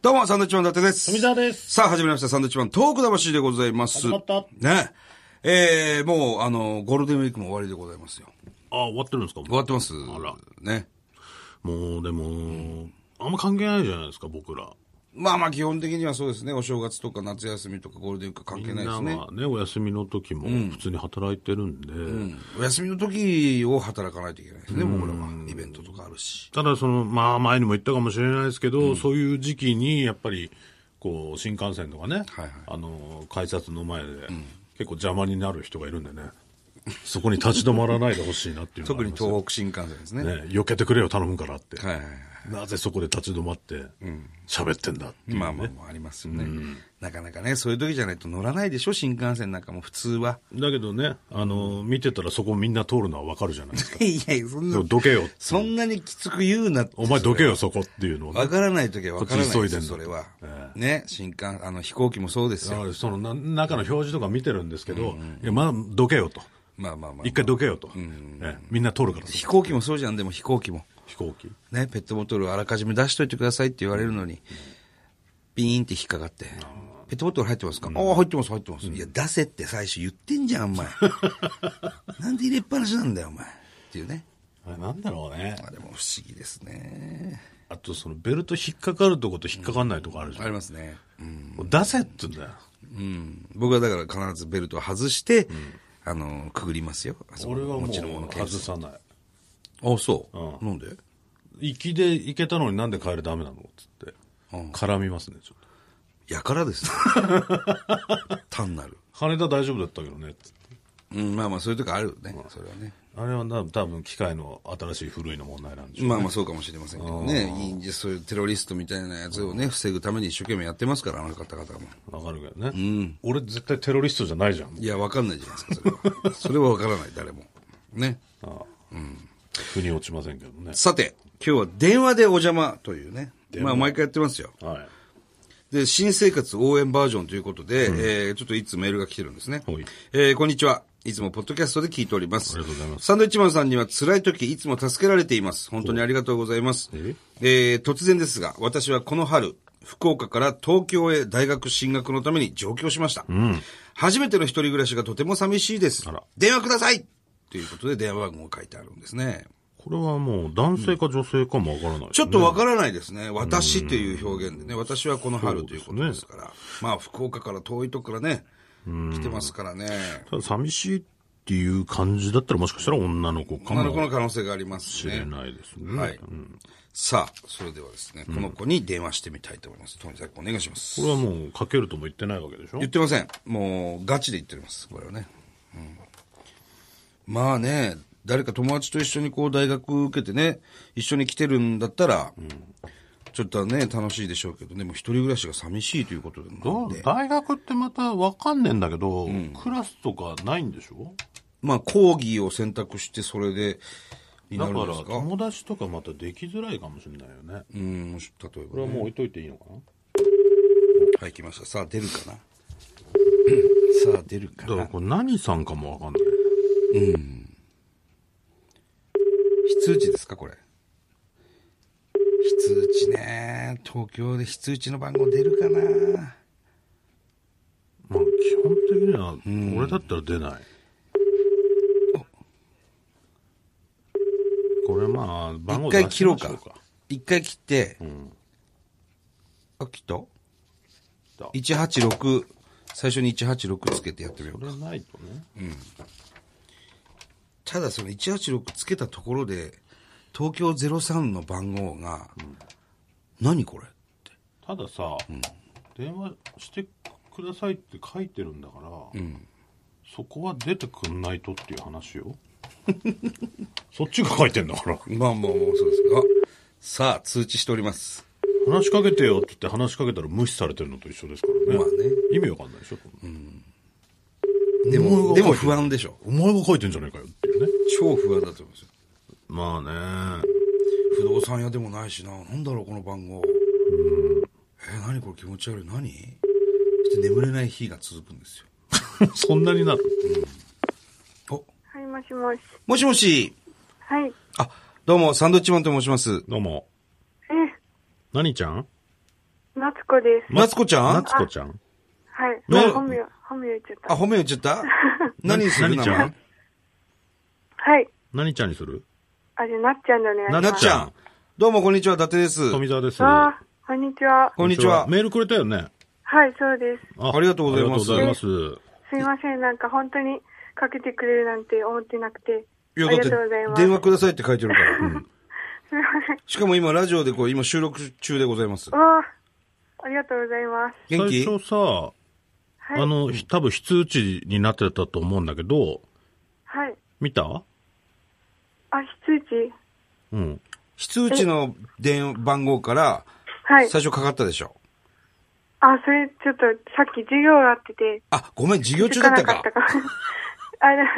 どうも、サンドウィッチマン伊達です。富澤ですさあ、始まりました。サンドウィッチマントーク魂でございます。始まったね。えー、もう、あの、ゴールデンウィークも終わりでございますよ。あ、終わってるんですか終わってますあら。ね。もう、でも、あんま関係ないじゃないですか、僕ら。まあまあ、基本的にはそうですね。お正月とか夏休みとかゴールデンウィーク関係ないみんでなすはね。ね、お休みの時も普通に働いてるんで、お休みの時を働かないといけないですね、僕らは。イベントとかあるし。ただその、まあ前にも言ったかもしれないですけど、そういう時期にやっぱり、こう、新幹線とかね、はいはいあの、改札の前で、結構邪魔になる人がいるんでね、そこに立ち止まらないでほしいなっていうのが 特ありにますよ東北新幹線ですね。ね、避けてくれよ、頼むからって。はいはいはい。なぜそこで立ち止まって、喋ってんだっていう、ね。まあまあまあありますよね、なかなかね、そういう時じゃないと乗らないでしょ、新幹線なんかも普通は。 だけどね、あの、見てたらそこみんな通るのはわかるじゃないですか。いやいや、そんでなも。どけよ。そんなにきつく言うなってお前どけよ、そこっていうのをねわからない時はわからないこっでち急いでんすだそれは。ね、新幹、あの、飛行機もそうですだよ。からそのな中の表示とか見てるんですけど、いや、まあ、どけよと。まあまあまあ。一回どけよと。ええみんな通るから、飛行機もそうじゃん、でも飛行機も。飛行機。ね、ペットボトルをあらかじめ出しといてくださいって言われるのに、ビーンって引っかかって。ペットボトル入ってますか、ああ、入ってます、入ってます。いや、出せって最初言ってんじゃん、お前。なんで入れっぱなしなんだよ、お前。っていうね。あれなんだろうね。まあでも不思議ですね。あと、そのベルト引っかかるとこと引っかかんないとこあるじゃあん。りますね。うん。もう出せって言うんだよ。うん、僕はだから必ずベルトを外して、あの、くぐりますよ。あそこ俺はも持ちのものうケー外ス。さない。あ、そう。うなんで行きで行けたのになんで帰るダメなのっつって。絡みますね、ちょっと。やから ですね。単なる。羽田大丈夫だったけどね、つって。うん、まあまあ、そういう時あるよね。それはね。あれはな多分機械の新しい古いの問題なんでしょう、まあまあ、そうかもしれませんけどね。いいんでそういうテロリストみたいなやつをね、防ぐために一生懸命やってますから、あの方々も。わかるけどね、俺絶対テロリストじゃないじゃんいや、わかんないじゃないですか、それは。 それはわからない、誰も。ね。腑に落ちませんけどねさて、今日は電話でお邪魔というね。電話まあ、毎回やってますよ。はで、新生活応援バージョンということで、えーちょっといつメールが来てるんですね。はいえーこんにちは。いつもポッドキャストで聞いております。ありがとうございますサンドイッチマンさんには辛い時いつも助けられています。本当にありがとうございます。ええー突然ですが、私はこの春、福岡から東京へ大学進学のために上京しました。初めての一人暮らしがとても寂しいですあら。電話くださいということで電話番号が書いてあるんですね。これはもう男性か女性かもわからない、ちょっとわからないですね。私という表現でね。私はこの春ということですから。まあ、福岡から遠いとこからね、来てますからね。ただ寂しいっていう感じだったらもしかしたら女の子か女の子もの可能性がありますししれね。ないですねはいうんさあ、それではですね、この子に電話してみたいと思います。とにかくお願いしますこ。れはもうかけるとも言ってないわけでしょ言ってません。もう、ガチで言っております。これはね。うん、まあね、誰か友達と一緒にこう大学受けてね、一緒に来てるんだったら、ちょっとね、楽しいでしょうけどね、もう一人暮らしが寂しいということなんで。どう大学ってまたわかんねえんだけど、クラスとかないんでしょまあ、講義を選択して、それで、にだなかるんらですか友達とかまたできづらいかもしれないよね、うん、例えこばれね、はもう置いといていいのかなはい、来ました。さあ、出るかな。 さあ、出るかだからな。これ何さんかもわかんない非通知ですか、これ。非通知ね。東京で非通知の番号出るかな。まあ、基本的には、俺だったら出ない。これまあ、番号一出し回ま切しろょううかか。。一回切って、んあ、切ったた ?186、最初に186つけてやってみようこ。れないとね。ただその186つけたところで、東京03の番号が、何これって。たださ、電話してくださいって書いてるんだから、そこは出てくんないとっていう話よ。 そっちが書いてんだから。まあまあまあ、そうですか。さあ、通知しております。話しかけてよって言って話しかけたら無視されてるのと一緒ですからね。まあね意味わかんないでしょ。でも、でも不安でしょ。お前が書いてんじゃねえかよっていうね。超不安だと思いますよ。まあね。不動産屋でもないしな。なんだろう、この番号。えー、何これ気持ち悪い。何そして眠れない日が続くんですよ。 そんなになるお、はい、もしもし。もしもし。はい。あ、どうも、サンドウィッチマンと申します。どうも。え、何ちゃん何夏子です。夏子ちゃん夏子ちゃんはい。ね本名、本名言っちゃっあ、た。褒め言っちゃった 何する何ちゃんはい。何ちゃんにするあ、じゃあ、なっちゃんでお願いしなます。なっちゃん。どうもこんにちは、伊達です。富澤です。あーこんにちは。こんにちは。メールくれたよね。はい、そうです。あありがとうございありがまとうすございます。すいません、なんか本当にかけてくれるなんて思ってなくて。いや、あだりがっとてうございま、す。電話くださいって書いてるから。すいません。しかも今、ラジオでこう、今収録中でございますう。わありがとうございます。元気最初さ、はい。あの、ひ多分非通知になってたと思うんだけど、はい。見たあ、非通知うん。非通知の電話番号から、はい。最初かかったでしょ。あ、それ、ちょっと、さっき授業があってて。あ、ごめん、授業中だったか気づ。かなかったか。 あれ、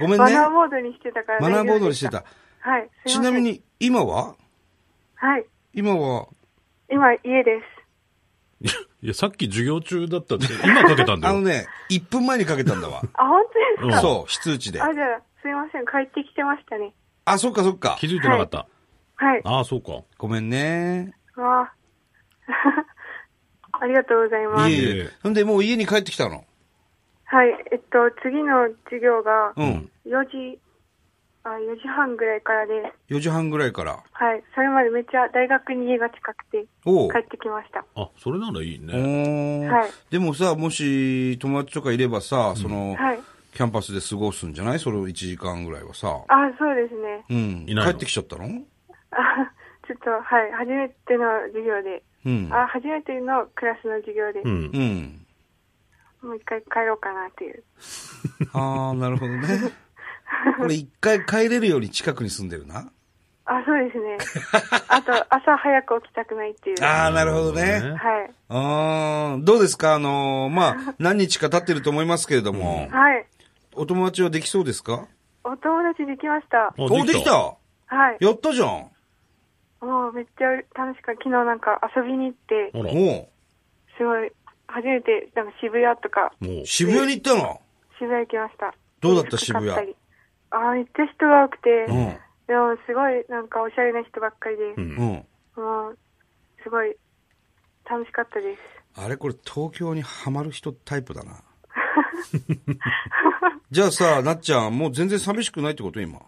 ごめんマね。ナーボードにしてたからマ大丈夫でした。ナーボードにしてた。はい。すいちませなんみ。に、今ははい。今は、今、家です。いやいや、さっき授業中 だったんで、今かけたんだあよ。のね、1分前にかけたんだわ。あ、本当うでんすか、そう、非通知で。あ、じゃあ、すいません。帰ってきてましたね。あ、そっかそっか気。づいてなかった。はい。ああ、そうか。ごめんね。わ あ。ありがとうございまいす。えいえ。ほんで、もう家に帰ってきたの。はい。えっと、次の授業が、うん。 4時、あ、4時半ぐらいからで、 4時半ぐらいから。はい。それまでめっちゃ大学に家が近くて、おう。帰ってきました。あ、それならいいね。おーはいでもさ、もし友達とかいればさ、その、はい。キャンパスで過ごすんじゃないそれを1時間ぐらいはさ。あ、そうですね。うん。いないの帰ってきちゃったのあちょっと、はい。初めての授業で、うん。あ、初めてのクラスの授業でう、んう。ん。もう一回帰ろうかなっていう。ああ、なるほどね。俺一回帰れるように近くに住んでるな。あ、そうですね。あと、朝早く起きたくないっていう。はああ、なるほどなるほねど。い。あーどうですかあのーまあ、何日か経ってると思いますけれども、はい。お友達はできそうですかお友達できました。あおでき。たはい。やったじゃんもうめっちゃ楽しかった。昨日なんか遊びに行って、ほら、もおすごい、初めてなんか渋谷とか、うう、渋谷に行ったの渋谷行きました。どうだった服買渋谷りあーめっちゃ人が多くて、うん。でもすごいなんかおしゃれな人ばっかりで、うんうん。もう、すごい楽しかったです。あれこれ東京にハマる人タイプだな。 じゃあさ、なっちゃん、もう全然寂しくないってこと今。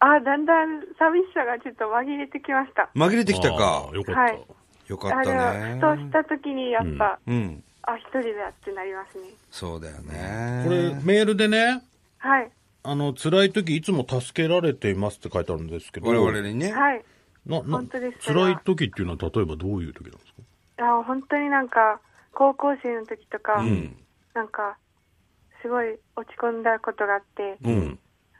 あーだんだん寂しさがちょっと紛れてきました。紛れてきたかあー。よかっはいた。よかあっーでたも、ねふ。とした時にやっぱ、うん。あ、一人だってなりますね。そうだよね。これ、メールでね、はい。あの、辛い時いつも助けられていますって書いてあるんですけど。我々にね。はい。な、な本当ですから辛い時っていうのは例えばどういう時なんですかいや本当になんか高校生の時とか、なんかすごい落ち込んだことがあって、うなんん。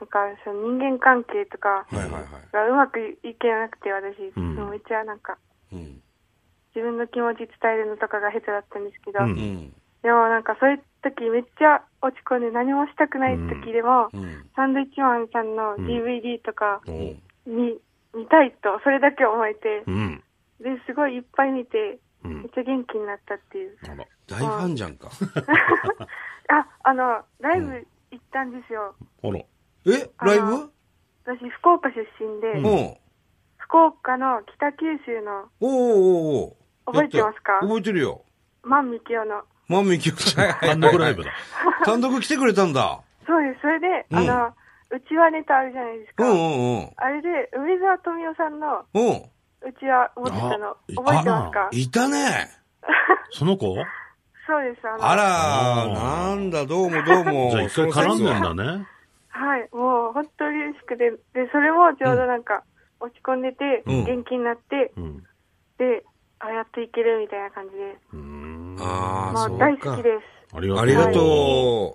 かその人間関係とはかいはいはい。がうまくいけなくて私、うんもうめっちゃなんかうん。自分の気持ち伝えるのとかが下手だったんですけど、ううんん。でもなんかそういう時めっちゃ落ち込んで何もしたくない時でも、うん。サンドイッチマンさんの DVD とかおうに、見たいとそれだけ思えて、うん。ですごいいっぱい見てうめっん。ちゃ元気になったっていう。あら。大ファンじゃんか。あ、あの、ライブ行ったんですよ。あら。えライブ私、福岡出身で、うん。おう福岡の北九州の、おうおうおう覚えてますかだって覚えてるよ。万美清の。マミキヨちゃん。 単独ライブだ。 単独来てくれたんだ。そうです。それで、うんあの、うちはネタあるじゃないですうか。んうんうん。あれで、梅沢富美男さんのうん。うちは持ってたのあ、覚えてますかいたね。その子じそうです。あの、あらあなーんだ、どうもどうも。ゃあ一回その絡ん説はでんだね。はい。もう、本当に嬉しくて、で、それもちょうどなんか、落ち込んでて、うん元気になって、うん。で、あ、やっていけるみたいな感じで、うーんあもそうう大か好きです。ありがとう。ありがと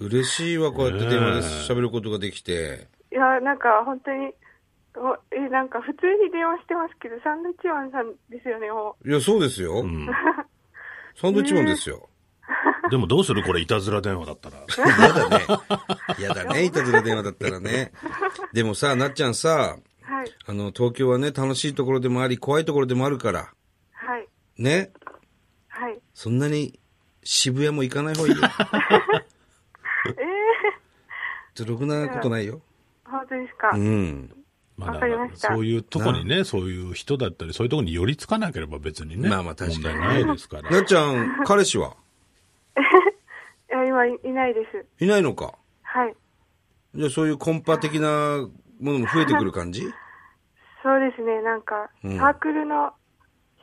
う。嬉しいわ、こうやって電話でねえ喋ることができて。いや、なんか本当に、おえ、なんか普通に電話してますけど、サンドイッチマンさんですよね、もう。いや、そうですよう。ん。サンドイッチマンですよ。でもどうするこれ、いたずら電話だった ら。やだね。 やだね、いたずら電話だったらね。でもさ、なっちゃんさ、はい、あの、東京はね、楽しいところでもあり、怖いところでもあるから、はい、ね。はい。そんなに渋谷も行かない方がいいよ。 ええろくなことないよ。ー、本当ですか。うん。まあ、わかりましたそういうとこにね、そういう人だったり、そういうとこに寄りつかなければ別にね。まあまあ確かにね問題ないですから。なっちゃん、彼氏はいや、今いいないです。いないのかはい。じゃあそういうコンパ的なものも増えてくる感じそうですね、なんか、うんサークルの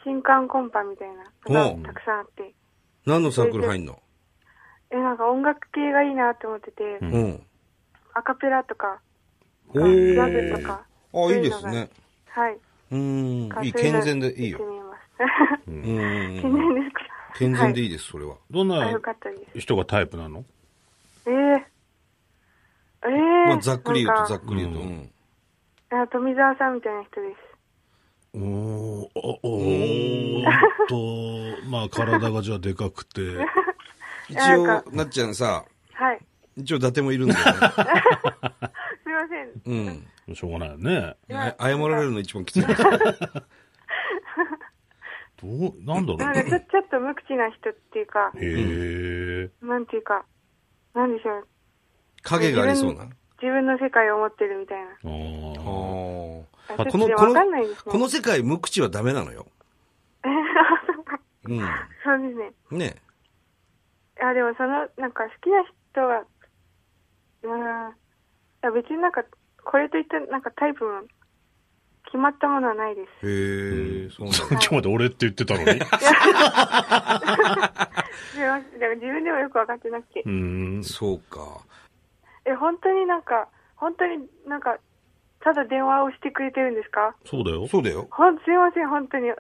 新刊コンパみたいなおのうがたくさんあって、何のサークル入んのえ、なんか音楽系がいいなって思ってて、んうん。アカペラとか、おジャズとーか。あ、いいですね。はい。うん。いい、健全でいいよ行っ。てみます。 うんうんう健ん。全ですか健全でいいです、それは。どんあ、なよかったです。人がタイプなのええええまあ、ざっくり言うなと、んかざっくり言うと。うんあ富澤さんみたいな人です。おーおおーっと、まあ体がじゃあでかく て、一なんか応、なっちゃんさ、はい。一応伊達もいるんだよね。すいません。うん。しょうがないよね。あ謝られるの一番きつい。どう、なんだろうなんかね。ちょちょっと無口な人っていうか、へえ。なんていうか、なんでしょう。影がありそうな。自分の世界を持ってるみたいな。あ あーーあこの、ちょっとこわのかんないですね、この世界無口はダメなのよ。うそうですね。ん。ねあ、でもその、なんか好きな人は、うーん。いや別になんか、これといったなんかタイプも決まったものはないです。へえ、そうなんださっきまで俺って言ってたのに。すいません。でも自分でもよくわかってなくてう。ん。そうか。え、本当になんか、本当になんか、ただ電話をしてくれてるんですかそうだよ。そうだよ。ほん、すいません、本当に。え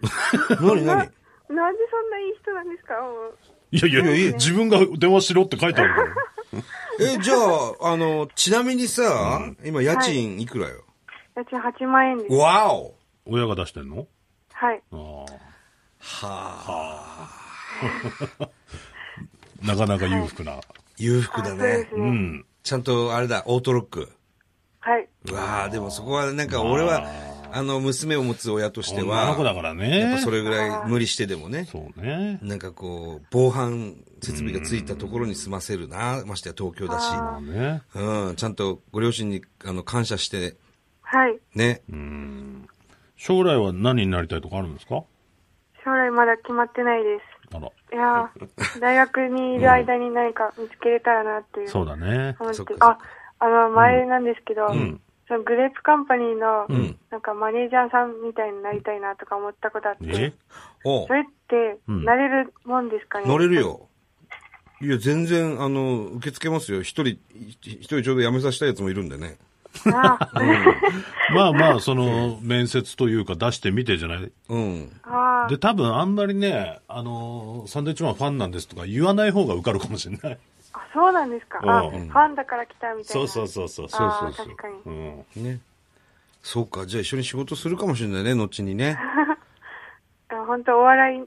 なにー、ななに、なんでそんないい人なんですかもう。いやいや、自分が電話しろって書いてあるから。え、じゃあ、あの、ちなみにさ、今家賃いくらよ、家賃8万円です。わお親が出してんのはい。ああ。はあ、なかなか裕福な。裕福だそうでねす。うね。ん。ちゃんとあれだ、オートロック。はい。わあ、でもそこはなんか俺は、あの、娘を持つ親として女はの子、だからやっぱね。それぐらい無理してでもね、そうね。なんかこう、防犯設備がついたところに住ませるな、ましてや東京だし。まあね。うん、ちゃんとご両親にあの感謝して、はい。ね。うん。将来は何になりたいとかあるんですか将来まだ決まってないであら。す。いや ー大学にいる間に何か見つけれたらなっていう。そうだね。思っそってかそっ。あか、あの、前なんですけど、んそのグレープカンパニーの、んなんかマネージャーさんみたいになりたいなとか思ったことあって。えおうそれって、んなれるもんですかね、乗れるよ。いや、全然、あの、受け付けますよ。一人、一人ちょうど辞めさせたやつもいるんでね。あ あ、まあまあ、その、面接というか出してみてじゃないうん。ああで、多分あんまりね、あのーサンドイッチマンファンなんですとか言わない方が受かるかもしれない。あ、そうなんですか。あ、うんファンだから来たみたいそうな。そうそうそう。そうあーそうそう確かに。うん。ね。そうか、じゃあ一緒に仕事するかもしれないね、後にね。あ本当お笑い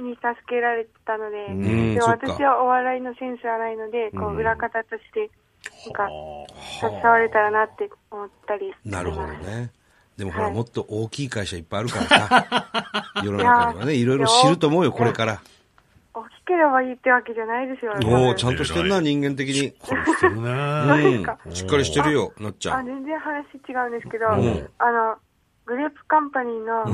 に助けられたので、んでもそっか私はお笑いのセンスはないので、こう、裏方として、なんか、携われたらなって思ったり。なるほどね。でもほら、はいもっと大きい会社いっぱいあるからさ。 世の中にはいね、やいろいろ知ると思うよ、これから。大きければいいってわけじゃないですよ。お多お分ちゃんとしてんな、人間的に。これしてるね。うんすか。しっかりしてるよ、なっちゃあ、ん。全然話違うんですけど、んあの、グレープカンパニーの、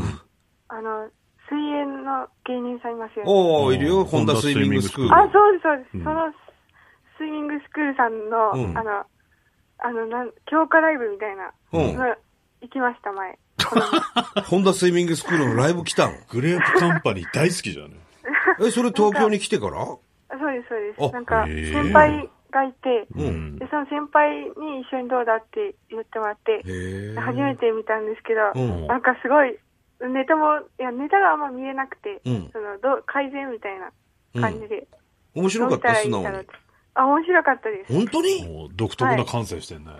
あの、水泳の芸人さんいますよね。おおいるうよ、んホンダスイミングスクール。ホンダあ、そうです、そうです。その、スイミングスクールさんの、うんあの、あの、なん、強化ライブみたいな、うんの行きまし た、前。ホンダスイミングスクールのライブ来たのグレープカンパニー大好きじゃね。え、それ東京に来てからあそうです、そうであす。なんか、へー先輩がいて、うん。で、その先輩に一緒にどうだって言ってもらって、へえ。初めて見たんですけど、うんなんかすごい、ネタも、いや、ネタがあんま見えなくて、うんそのどう改善みたいな感じで、面白かった、素直だろうにって。あ、面白かったです。本当 にもう独特な感性してんね。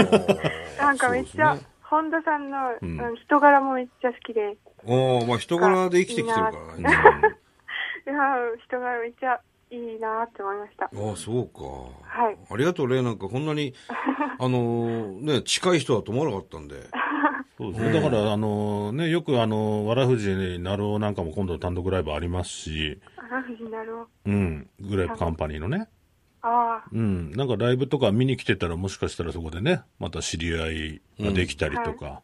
なんかめっちそうゃ、ですね本田さんの、んうん人柄もめっちゃ好きで、 おおまあ人柄で生きてきてるからね。いやー人柄めっちゃいいなーって思いました。ああ、そうか。はいありがとう、レイなんかこんな に、あのーね、近い人だと思わなかったんで。そうですね。だから、あのね、よくあの、わらふじなるおなんかも今度単独ライブありますし、あら、藤なるお。うん。グレープカンパニーのね。ああ、うん、なんかライブとか見に来てたらもしかしたらそこでね、また知り合いができたりとか、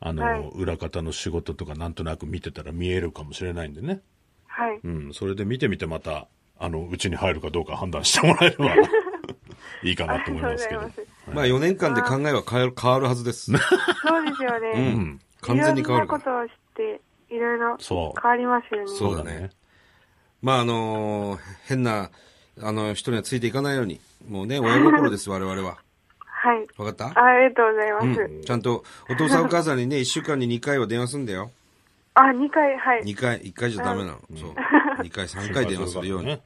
あの、はい裏方の仕事とかなんとなく見てたら見えるかもしれないんでね。はい。うん、それで見てみてまた、あの、うちに入るかどうか判断してもらえれ ばいいかあなとり思いまがとうごすざけいど。ます。まあ4年間で考えは変える変わるはずです。そうですようね。ん。完全に変いろわんるかなこら。とを知って、いろいろそう変わりますよね。そうだね。まああのー変な、あの、人にはついていかないように。もうね、親心です、我々は。はい。わかったあありがとうございます。うん。ちゃんと、お父さんお母さんにね、1週間に2回は電話すんだよ。あ、2回、はい。 2回、1回じゃダメなの。そう。2回、3回電話するように。わね。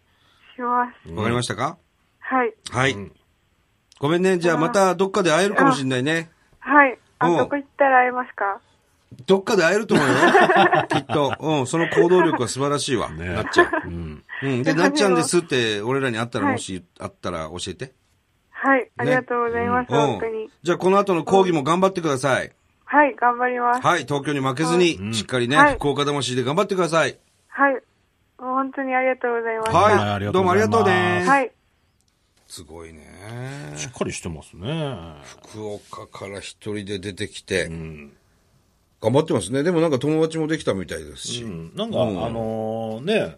します。かりましたかはい。はい。ごめんね。じゃあまたどっかで会えるかもしれないね。はい。あ、うんどこ行ったら会えますかどっかで会えると思 うよ。きっと。うん。その行動力は素晴らしいわ。ねなっちゃん。うん。うん。で、なっちゃんですって、俺らに会ったら、もし会ったら教えて。はい。ありがとうございます。う本当にん。。じゃあ、この後の講義も頑張ってください。はい、頑張ります。はい。東京に負けずに、しっかりねは、い福岡魂で頑張ってください。はい。もう本当にありがとうございました。はいはい。どうもありがとうね。。はいい。すごいね。しっかりしてますね。福岡から一人で出てきてう、ん。頑張ってますね。でもなんか友達もできたみたいですしう。んなんか、あのーね、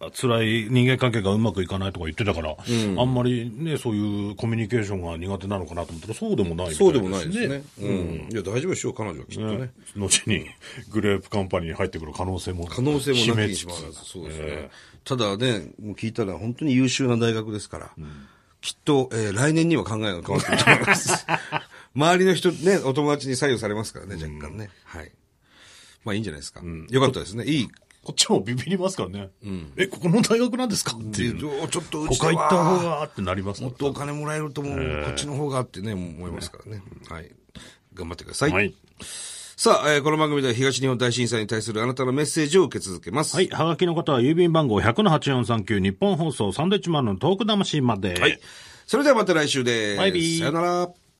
あ辛い人間関係がうまくいかないとか言ってたから、あんまりね、そういうコミュニケーションが苦手なのかなと思ったら、そうでもないみたそうでもないですね。ううんん。いや、大丈夫でしょう、彼女はきっとねね。後にグレープカンパニーに入ってくる可能性も可能性もなきにし秘もめあらつず。つそうですね。えただね、もう聞いたら本当に優秀な大学ですから、きっと、えー来年には考えが変わってると思い ます。周りの人ね、お友達に左右されますからね、若干ね。はい。まあいいんじゃないですか。よかったですね。いい。えこっちもビビりますからね、えここの大学なんですかっていう、でちょっとうこちではこ行った方がってなりますかもらっとお金もらえると思う、こっちの方がってね、思いますからね。はい。頑張ってください。はい、さあ、えーこの番組では東日本大震災に対するあなたのメッセージを受け続けます。はい、はがきの方は郵便番号100-8439日本放送サンドイッチマンのトーク魂まで、はい。それではまた来週です。バイビーさよなら。